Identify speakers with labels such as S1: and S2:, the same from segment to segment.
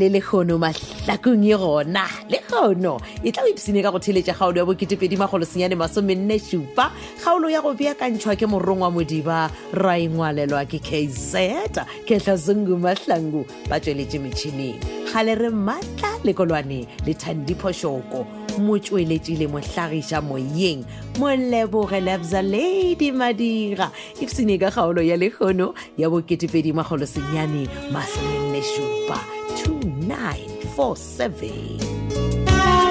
S1: le le kgono mahlakong e gona le kgono e tla o ipsene ka go theletša kgaolo ya bo2edimagolosenyane masomenne šupa kgaolo ya go beakantšhwa ke morong wa modiba ra engwalelwa ke kz ketlhasongu mahlangu ba tsweletše metšhineng gale re maatla lekolwane le thandiphošoko motsweletši le mohlagiša moyeng moleboge labza lady madira ipsene ka kgaolo ya lekgono ya bo2edimagolosenyane masomenne šupa 2947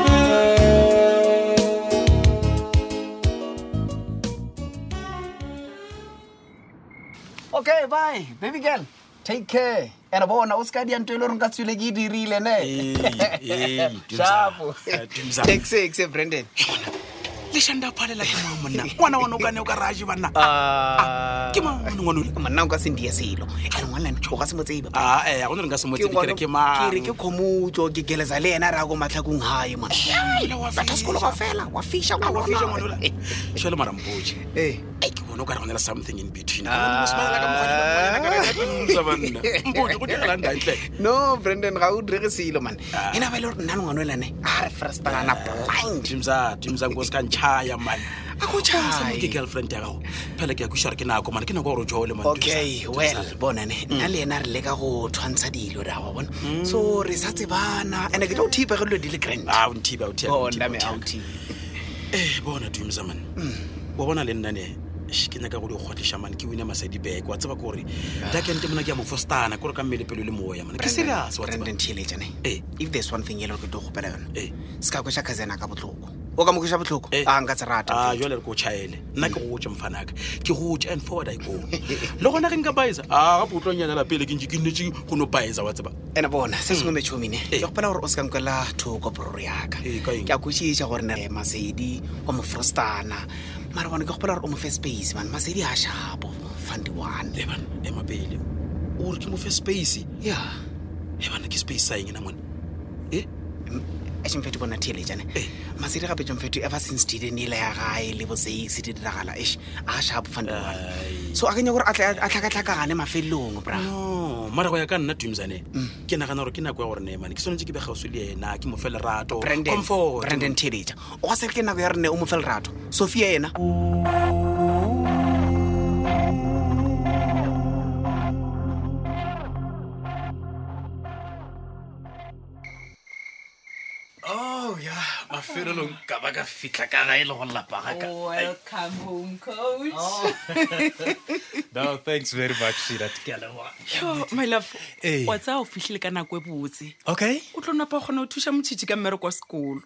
S2: okay bye baby girl take care and bona o seka dianto e le goreng ka tswile ke e dirile
S3: Ee, Hey, hey,
S2: Shapo.
S3: Dumzana. Eh, Dumzana.
S2: netexe brandon
S3: lešanda phalela ke mang monna ngwana wane o kane o ka raje banna
S2: Ah.
S3: ke mang mone ngwanole
S2: monna o ka sendia selo ane ngwanelane tšhoga se mo tsebe
S3: aa go ne re ka se
S2: Ke
S3: motsebe kere
S2: ngwana-
S3: ke
S2: ke re ke khomotso ke keletsa le ena re ya ko matlhakong gae monata sekolo wa fela wa fisha
S3: Ah, mangshale marampoe
S2: Eh.
S3: ai ke bone o ka re go nela something in between
S2: Ah.
S3: mpoe go direlang dantle
S2: no brandon ga o direge selo mane
S3: Ah.
S2: ena ba e le gore nna le ngwanelane a re frastalana blind
S3: timsa timsa ko se ka ntšhaya mane
S2: A ko tjhaye.
S3: ke girlfriend ya gago phela ke ya kusa gore ke nako mane ke nako ya gore o jole man
S2: okay well bonane
S3: Mm.
S2: nna le ena re leka go tshwantsha dilo re a wa bona so re sa tsebana and ke tlo o thipa ge dilo di le grand
S3: a o nthiba o thiba, o thiba, o
S2: Bona me,
S3: thiba.
S2: ao thiba.
S3: ee bona dumisa mane wa bona le nnane sh, ke nyaka go di kgotlisa mane ke wine masadibek wa tseba kore dakente mona ke ya mofostana kore ka mmele pelo e le moya mane ke serius wa tseba
S2: brandon theeletsane
S3: Eh.
S2: if there's one thing e le gore ke tlo gopela yone
S3: Eh.
S2: se ka kwesa kazena ka botlhoko o ka mo kwesa botlhoko
S3: Eh.
S2: a nka tse rata
S3: a jale re ko chaele nna ke gotse mfanaka ke gotse and forward i go le gona ge nka baisa a gape o tlonyanyala pele ke ntse ke nnetse go no baisa wa tseba
S2: ene bona se sengwe metšhomine ke
S3: Eh.
S2: gopela gore o se ka nkwela thoko pororo yaka
S3: Eh, ka eng?
S2: ke a kwešiša gore ne masedi wa mo frostana mara bone ke gopela gore o mo fe space mane masedi a shapo fundy one
S3: ebana ema pele o re ke mofe space
S2: ya
S3: ebana ke space sa eng na mone e
S2: ešemfeto bona theeletsane
S3: Eh.
S2: masedi gape tšomfeto ever since didenele ya gae le boseis di diragala eš a shapo fundy one
S3: Ai.
S2: so a kenya gore a tla- a tlhakatlhakagane mafelong bra
S3: Mm. no mara go ya ka nna tumsane ke nagana gore ke nako ya gore neemane ke tshwanetse ke be gausi le ena ke mofe lerato
S2: brandon
S3: comfort.
S2: brandon theletša o ga sere ke nako ya rene o mo fe lerato sophia ena
S4: oh ya mafelelong ka ba ka fitlha ka gae le go lapagaka
S5: Welcome home, coach.
S4: Oh. no thanks very much sirat ke a leboga
S5: my love,
S4: Eh.
S5: wa tsaya o fitlhile ka nako e botse.
S4: okay
S5: O tlo napa o kgona go thusa motšhitši ka mmereko wa sekolo.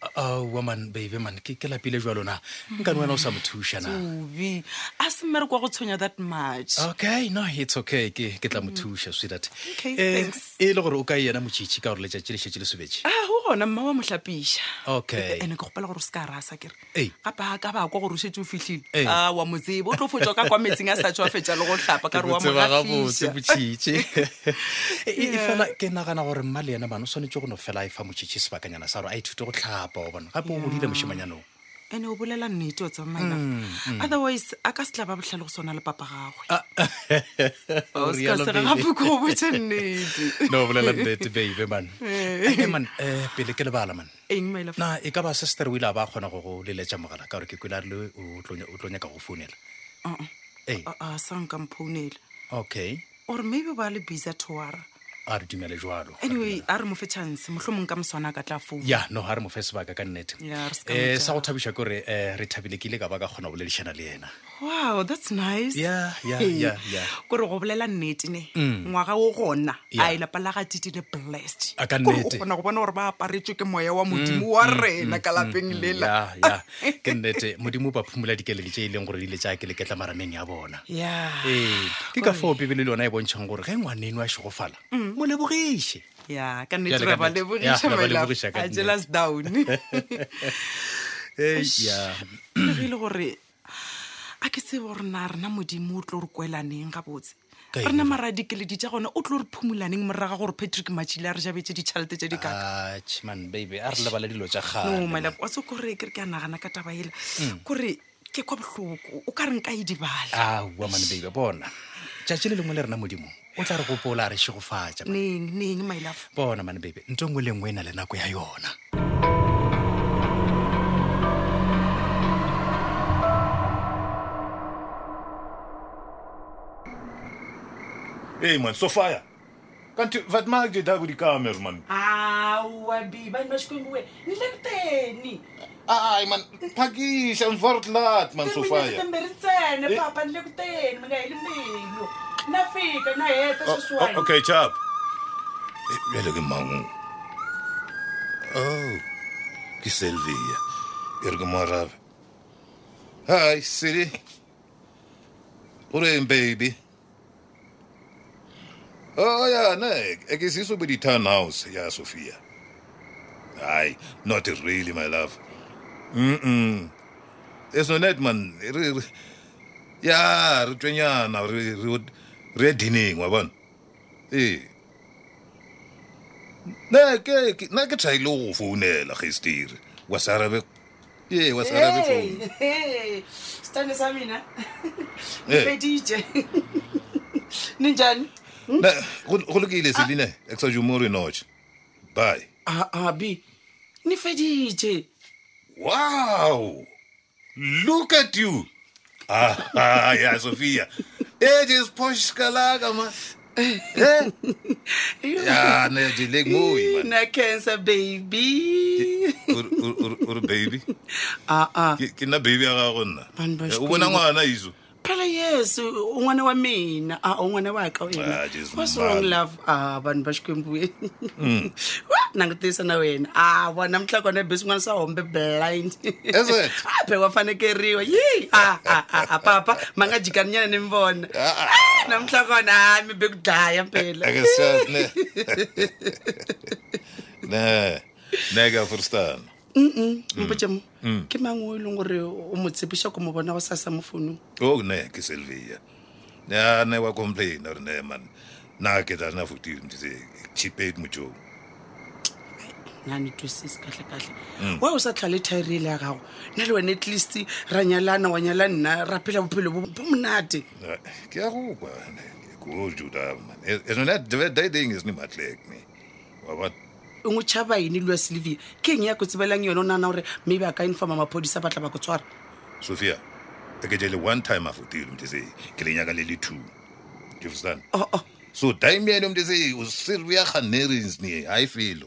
S4: Uh, uh, woman baby man ke ke lapile jwa lona nkane wena o sa mo thuša na
S5: Obi, a se mmereko wa go tshwenya that much.
S4: okay no it's okay ke ke tla mo thuša sweetat
S5: Mm. Okay, thanks.
S4: e le gore o ka ena motšhitšhi ka gore letšatši le šetse le sobetse
S5: a go gona mma wa motlhapiša
S4: Okay.
S5: ande ke gopela gore o se ka rasa kere
S4: Ei.
S5: gape a ka bakwa gore o shetse o fitlhile
S4: Ei.
S5: a wa motsebo o tlo fotswa ka kwa metsing a sa tswa fetsa le go tlhapa ka re wa mogafiša
S4: botšhitšhi e
S5: Yeah.
S4: fela ke nagana gore mma le ena bana o swanetse go no fela a e fa motšhitšhi sebakanyana sa gore a ithute go tlhapa o bona gape o godile mošimanyanong
S5: ande o bolela nnete o
S4: Mm,
S5: tsamaina otherwise a ka se tla ba botlhale go swana le papa gagwe
S4: Ah. O
S5: O se ka
S4: rialo,
S5: se re
S4: baby.
S5: gape ko o botse nnete
S4: no bolela nnete babe man Hey, man eh, pele ke lebala man
S5: eng my love
S4: na e ka ba sester o ile a ba kgona go go leletša mogala ka gore ke kwele a rile o tlo- o tlo nyaka go founela
S5: Uh-uh.
S4: ee
S5: a a, sa nka mphounela
S4: okay
S5: ore maybe ba le bisa thoara
S4: a re dumele jalo
S5: anyway a re mo fe chance mohlomong ka moswana a ka tla founu
S4: ya no ga re mo fe sebaka ka nnete
S5: Yeah, re ska mo
S4: um
S5: jara.
S4: sa go thabiša ke gore um re thabile ke ile ka ba ka kgona go boledišana le ena
S5: wow that's nice
S4: ya ya
S5: Ee.
S4: ya ya
S5: kore go bolela nnete ne ngwaga o gona
S4: Mm. Yeah.
S5: a e lapa la gatitile blessed
S4: A ka
S5: Kore o
S4: nnete. Mm,
S5: kgona go bona gore ba aparetswe ke moya wa modimo wa rena ka lapeng lela
S4: ya ya ke nnete modimo o ba phumola dikeledi tse e leng gore di ile tsa ke leketla marameng ya bona
S5: ya
S4: ee ke ka fao bebele le yona e bontšhang gore ge ngwaneno a šegofala
S5: Mm.
S4: mo lebogiše
S5: ya ka
S4: Jwale
S5: nnete
S4: ka
S5: re ba
S4: nnete. Yeah,
S5: lebogiša
S4: re ba
S5: my love.
S4: lebogiša ka
S5: a
S4: nnete.
S5: jelas down
S4: Eish.
S5: legile gore a ke tsebe gore na rena modimo o tlo re kwelaneng gabotse
S4: Ka eng
S5: rena
S4: ba?
S5: maradikeledi tša gone o tlo re phomolaneng moraga gore patrick matšhile a re jabetse ditšhalete tše di
S4: Ah,
S5: kaka
S4: Atjhe, man baby a re lebala dilo tja kgale,
S5: no my
S4: man.
S5: love wa tse kore kere ke a nagana ka taba ela
S4: Mm.
S5: kore ke kwa bohloko o ka reng ka e dibala
S4: Ah. aowa mane baby bona tšatši le lengwe le rena modimo o tla re gopola a re šegofatša man.
S5: neng neng my love
S4: bona mane bebe nto ngwe le ngwe e na le nako ya yona
S6: Hey man, Sofia. Kanti wat maak jy daar by die kamer man?
S5: awa bibani bashikwenguwe nilekuteni
S6: Ai man, pakkie, ons word laat man Sofia.
S5: timbiri ntsene
S6: Eh.
S5: papa nilekuteni mi nga heli mbilu na fika na heta
S4: Oh,
S5: sweswiwani
S6: okay, chap. Vele ke mangu. Oh. Ke Sylvia. Ergomarav. Hi, Siri. Urem baby. Oh ja, nee, ek is hier so by die townhouse, ja Sofia. Hi, not really my love. Mm. Dis nou net man, re- re- ja, re tswenyana, re re re dining wa bona. Eh. Na ke ke- na ke try lo founela gestir. Wasarabe. Ye, wasarabe phone.
S5: stande sa mina
S6: Eh.
S5: fedije ni njani
S6: Na, go go lokile Selina, ek sa jumore noche. Bye.
S5: abi ni fedije
S6: Wow! Look at you. Ah, ah yeah, Sophia. It is posh kalaga man. Eh? Yeah, ne di leg movie man.
S5: na cancer baby
S6: Ur ur ur- ur baby.
S5: aa
S6: Ke ke na baby é ga go nna.
S5: Bana ba
S6: Eh, O
S5: sekolo.
S6: bona ngwana izo.
S5: phela yesu un'wana wa mina a un'wana wa ka wena
S6: Ah, Jesu,
S5: what's wrong
S6: man.
S5: love a vanhu va xikwembuweni wa langutisa na wena Ah, a vona mitlakwana besi n'wana swa hombe blind
S6: Is it?
S5: a be wa fanekeriwa yi a a a a papa ma nga jikaninyana ni mi vona
S6: Ah,
S5: Ah, na mitlakwana a mi be ku dlaya mpela
S6: Ek is self ne. Ne. Ne ga verstaan.
S5: mpotemo ke mang o e leng gore o mo tshepiša ko mo bona go sasa mo founung
S6: Oh ne, ke Sylvia. Ja, ne wa complain or ne man. Na ke da na futir mtse. Chipet mucho.
S5: na ni twisise kahle kahle wa o sa tlhale thaerile ya gago nna le wena at least ra nyalana wa nyala nna ra phela bophelo bo bo monate
S6: Ja, ke a go kwa go juda man es no net the day thing is ni matlek ni wa ba
S5: o ngwe tšhaba ene lua sylvia ke eng ya ko tsebelang yone o nagana gore maybe a ka informa maphodisa ba tla ba ko tshwara
S6: sofia ke je le one time afutile mtse ke le nyaka le le two do you understand
S5: oo
S6: so time yene mtse u Sylvia Khanerins ni i feel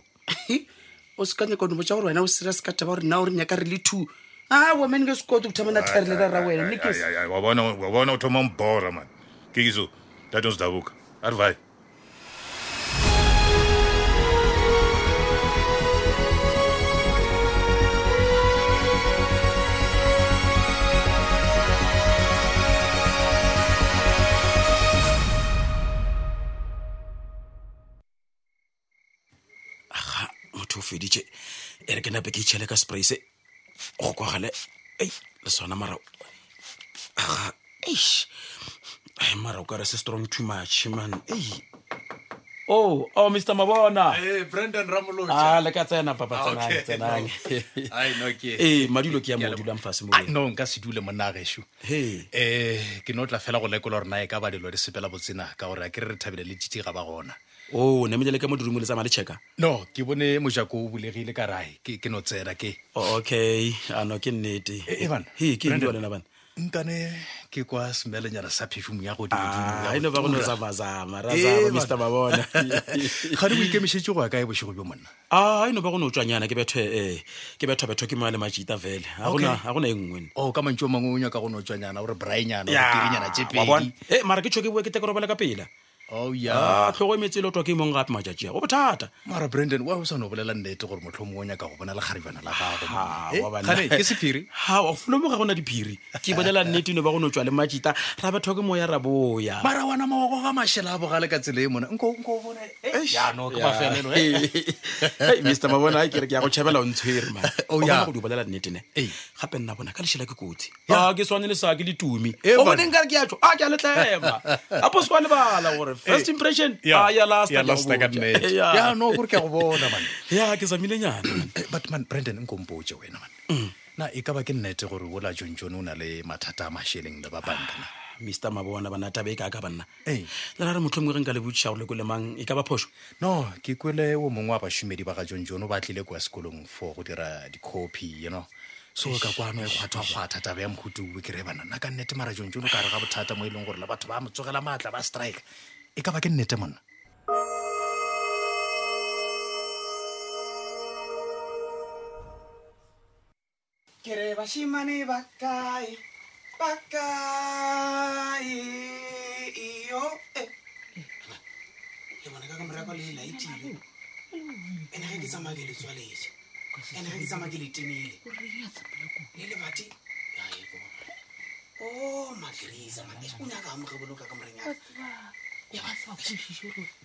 S5: o se kanyaka one botsa gore wena o serius ka taba gore nna o re nyaka re le two a women ke sekoti go thamana thaerile ra wena mme ke
S6: ay ay wa bona wa bona uthoma mbora man ke izo that was dabuka arvai
S3: aga motho o feditše e re ke nape ke itšhele ka spray se go kwagale ei le sona mara aga eish ai mara o ka re se strong too much man ei o o mr mabona
S4: brandon ramoloa
S6: Ah.
S3: a le ka tsena papa
S4: Ah, Okay,
S3: tsenang
S4: no. Ai, no, ke-
S3: ee madulo ke ya mo dulang fase mo
S4: Ah, no nka se dule monna gešo
S3: Hei.
S4: um ke no tla fela go lekola gore na e ka ba dilo di sepela botsena ka gore a ke re re thabile le tite ga ba gona
S3: o nemele ka mo dudumo Oh, le tsamaya le checka
S4: no ke bone mojako o bulegile ka rae ke ke no tsena ke
S3: O- Oh, okay ano ke nnete
S4: Eh, eh, bana,
S3: Hei, ke
S4: Brandon.
S3: lena bana
S4: nkane ke kwa smelenyana sa perfume ya
S3: Ah, eno ba go no zamazama ra
S4: Eh,
S3: zama
S4: bana.
S3: mr mabona
S4: ga di o ikemišetse go ya kae bošego bjo monna
S3: a eno ba go ne o tswanyana Ah, ke bethe um ke bethobetho ke moa le majita fele ga
S4: Okay.
S3: gona e nngwene
S4: o ka mantse o mangwe o nyaka go ne o tswanyana ore braenyana ore pedinyana tse pedi
S3: e mara ke tsho ke boe ke teke robale ka pela
S4: o
S3: a
S4: ya
S3: tlhogo e metse e lotwa ke mong gape matšatši a go bothata
S4: mara brandon wa o sa no bolela nnete gore motlho mongwe o nyaka go bona lekgaribana la gago
S3: Ah,
S4: monna. Eh,
S3: wa bana.
S4: kgane, ke sephiri
S3: Ha, wa folomo ga gona diphiri ke bolela nnete eno ba go ne o tswa le majita ra betho ke moya ra boya
S4: mara wana mawago ga mašhela a bogale ka tsela e mona nko nko o bone eh, jaanong ke mafelelo eh.
S3: mr mabona a kere ke ya go tšhabela o ntshwere ma
S4: Oh,
S3: O bona
S4: ya.
S3: go di bolela nnetene
S4: Ei.
S3: gape nna bona ka lešhela ke kotsi
S4: Ya.
S3: a ke swane le sake le tumi
S4: Eh,
S3: o
S4: bana.
S3: boneng kare ke atso a ke a letlema apo se kwa lebala gore first
S4: Eh,
S3: impression a
S4: Ya,
S3: Ah, ya lasta
S4: ya
S3: ke a
S4: lasta ka
S3: botša.
S4: nnete.
S3: Ya.
S4: Ya, no kore ke a go bona man
S3: ya ke samilenyana
S4: Eh, but man brandon nkompoje wena man na e ka ba ke nnete gore ola john john o na le mathata a mašheleng le ba bankana
S3: mr mabona bana tabe e ka ka banna
S4: Ee.
S3: le ra re motlhomongwe ge nka le botšiša gore leko lemang e ka ba phoso
S4: no ke kwele o mongwe wa bašomedi ba ga jon jon o ba tlile kwa sekolong for go dira di-copy you know so ka kwano e kgwathwakgwatha taba ya mohutuwe ke re bana nna ka nnete mara jon jon o ka re ga bothata mo e leng gore la batho ba motsogela maatla ba strike e ka ba ke nnete monna
S2: ke re bašimane ba kae ba kae yo e. le bona ka ka morako le laetile ene ge ke tsamaya ke letswalese ene ge ke tsamaya ke le tenile le lebati Ai, ko- o magrisa ma- o nyaka amoge bone o ka ka morenyaka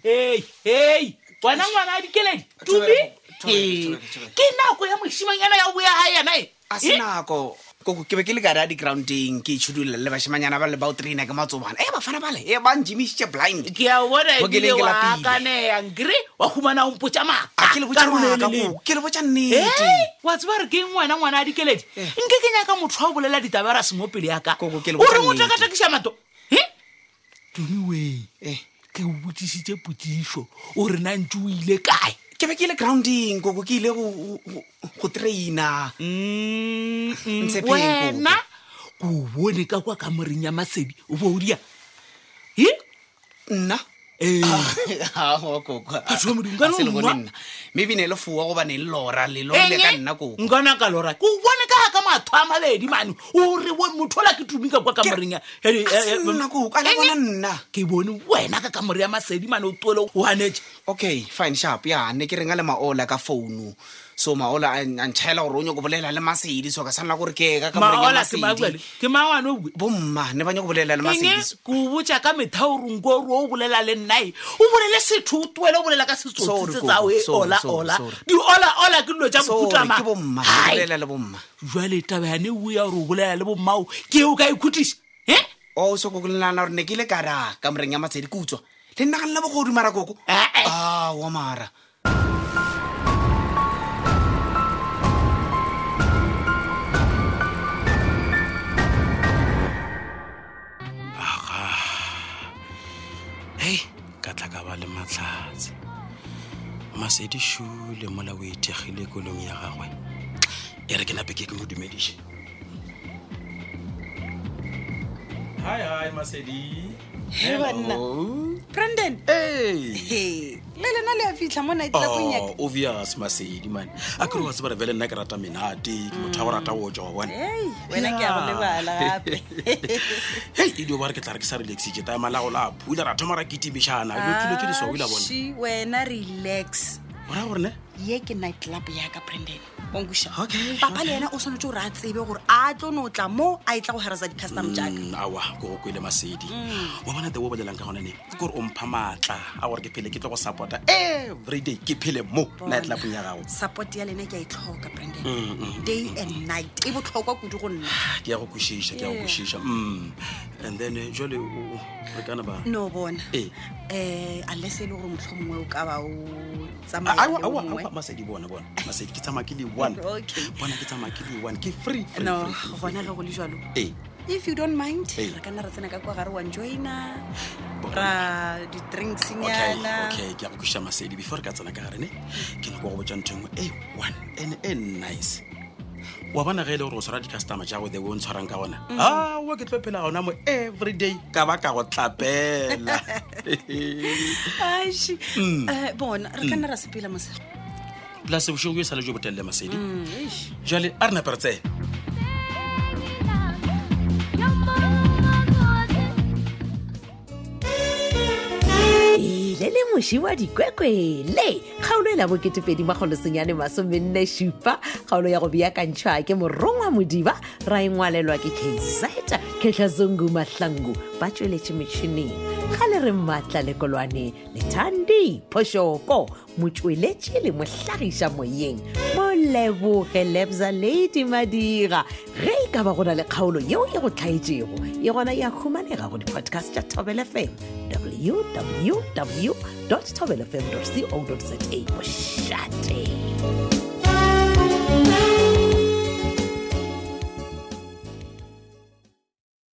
S7: hei hei wena ngwana a dikeledi tumi
S2: Thobela, thobela, thobela.
S7: ke nako ya mošimanyana ya boya ga yana e
S2: a se nako koko ke be ke le kare a di-groundeng ke itšhudulela le bašimanyana ba le bao traina ke matsobana e bafana bale e ba njemišitše blind
S7: ke a bona
S2: Mo ke
S7: ebile
S2: neng ke
S7: wa
S2: lapile.
S7: kaneya nkry wa humana o mpotsa
S2: a Ah, ke le botša ngwaka
S7: maakakarolelele
S2: ko ke le botša
S7: Hei,
S2: nnete
S7: wa tseba re ke eng wena ngwana a dikeledi nke ke nyaka motho wa o bolela ditabara semo pele yaka
S2: Koko, ke le
S7: ore
S2: botsa
S7: mo
S2: nnete.
S7: takatakisa mato e tumi
S2: Eh.
S7: we ke o botsisitse potiso o re nantse o ile kae
S2: ke be ke ile grounding koko ke ile go- go- go traina Mm, Ntshepeng,
S7: wena ko o bone ka kwa kamoreng ya masedi o bo o dia Eh. e
S2: nna Ah,
S7: Ee.
S2: Aowa, koko.
S7: Batho ba Modimo, ka
S2: A se le
S7: no
S2: bone
S7: nwa.
S2: nna maybe ne le foa gobane le lora le lore le ka
S7: Eng, eh?
S2: nna koko
S7: nkana ka lora ko o bone ka ga ka matho a mabedi mane o re wo- motho ola ke tumi ka kwa kamoreng ya- ya- ya-
S2: A se
S7: ya-
S2: nna koko a le
S7: Eng,
S2: bona
S7: eh?
S2: nna
S7: ke bone wena ka kamore ya masedi mane o tuele o anetse
S2: okay fine sharp ya ne ke renga le maola ka founu so maola a n- a ntšhaela gore o nyako bolela le masedi so ka sanela gore ke ka
S7: maola ke eh? mabuale
S2: kamasedi
S7: ke mangwane o bue
S2: bomma ne ba nyako bolela le
S7: enge
S2: masedi
S7: ke o botsa ka metha o renko ore o bolela le nnae o bolele setho o tuele o bolela ka
S2: Sorry,
S7: setsotsi se
S2: Koko.
S7: tsao e
S2: Sorry, sorry,
S7: olaola
S2: sorry.
S7: di olaola ke dilo tsa
S2: sorry
S7: bokhutama
S2: ke bomma ne ke bolela le bomma
S7: jale tabane o ya gore o bolela le bommao ke o ka ikhutisa e
S2: o Oh, so koko lenana gore ne ke ile kara ka moreng ya matshedi ke utswa le nna ga nna bogodu mara koko
S7: Ah, eh.
S2: awa mara
S3: hei ka tla ka ba le matlhatse masedi šule mola o ethegile kolong ya gagwe e re ke nape ke ke mo dumediše hi hi masedi
S5: brandon He, le lena le a fitlha mo nitlapong yaka
S3: Oh, obvious masedi mane a kere wa tseba re bele nna ke rata menate ke motho a go rata go tswa wa bone
S5: ei wena ke ya go lebala gape
S3: hei edio ba re ke tla re ke sa relaxitše taemalago la phula ra thoma ra ketimišana lotlile ke diswao la bone
S5: Ashi, wena relax
S3: ora gorene
S5: ye ke nitlap yaka brandon onkuša
S3: Okay,
S5: papa le yena o tshwanetse gore a tsebe gore a tlo no tla mo a e tla go harasa di-custom jaka
S3: awa ke go kwele masedi
S5: Mm.
S3: wa bona te o bolelang ka gonane ke gore o mpha maatla a gore ke phele ke tlo go support-a every day ke phele mo nightlapong ya gago
S5: support ya lena ke a e tlhoka brandon day and night e botlhokwa kudu go nna
S3: ke ya go kwešiša ke ya go kwešiša mm and then eh, jale o- o- re kana ba
S5: no bona
S3: Ee.
S5: um unless e le gore motlho mongwe o ka ba o tsamaya
S3: Awa,
S5: le o
S3: awa,
S5: mongwe
S3: awa, masedi bona bona masedi ke tsamaya ke le one
S5: Okay.
S3: bona ke tsamaya ke le one ke free free,
S5: no
S3: free, free,
S5: gona
S3: free.
S5: ge go le jalo
S3: Ee.
S5: if you don't mind
S3: Ee.
S5: re ka nna ra tsena ka kwa gare wa joina
S3: Bona.
S5: ra
S3: okay
S5: di-drinksnyana
S3: okay ke ya go kwešiša masedi before re ka tsena ka garene ke nyako go botsa ntho engwe e one and e nice wa bona ge e le gore o tshwara di-customer jago the way o ntshwarang ka gona awa ke tlo phela gona mo everyday ka ba ka go tlapela
S5: Aish. Eh, bona re ka nna ra sepela mose
S3: polase bošoko e sa le jo botelele masedi
S5: Mm. 嗯哎
S3: jale a re nape re tsene
S1: ile le moši wa dikwekwele kgaolo e la boketepedi magolosenyane masomenne šupa kgaolo ya go beakantšhwa ke morongwa modiba ra engwalelwa ke kazeta ketlhazongu mahlangu ba tsweletše metšhineng ga le re maatla lekolwane lethandi phošoko motsweletše le mohlagiša moyeng mo leboge lebza ladi madira ge e ka ba go na le kgaolo yeo e go tlhaetšego e gona ya humanega go di-podcast tša tobel fm www tobel fm co za mošate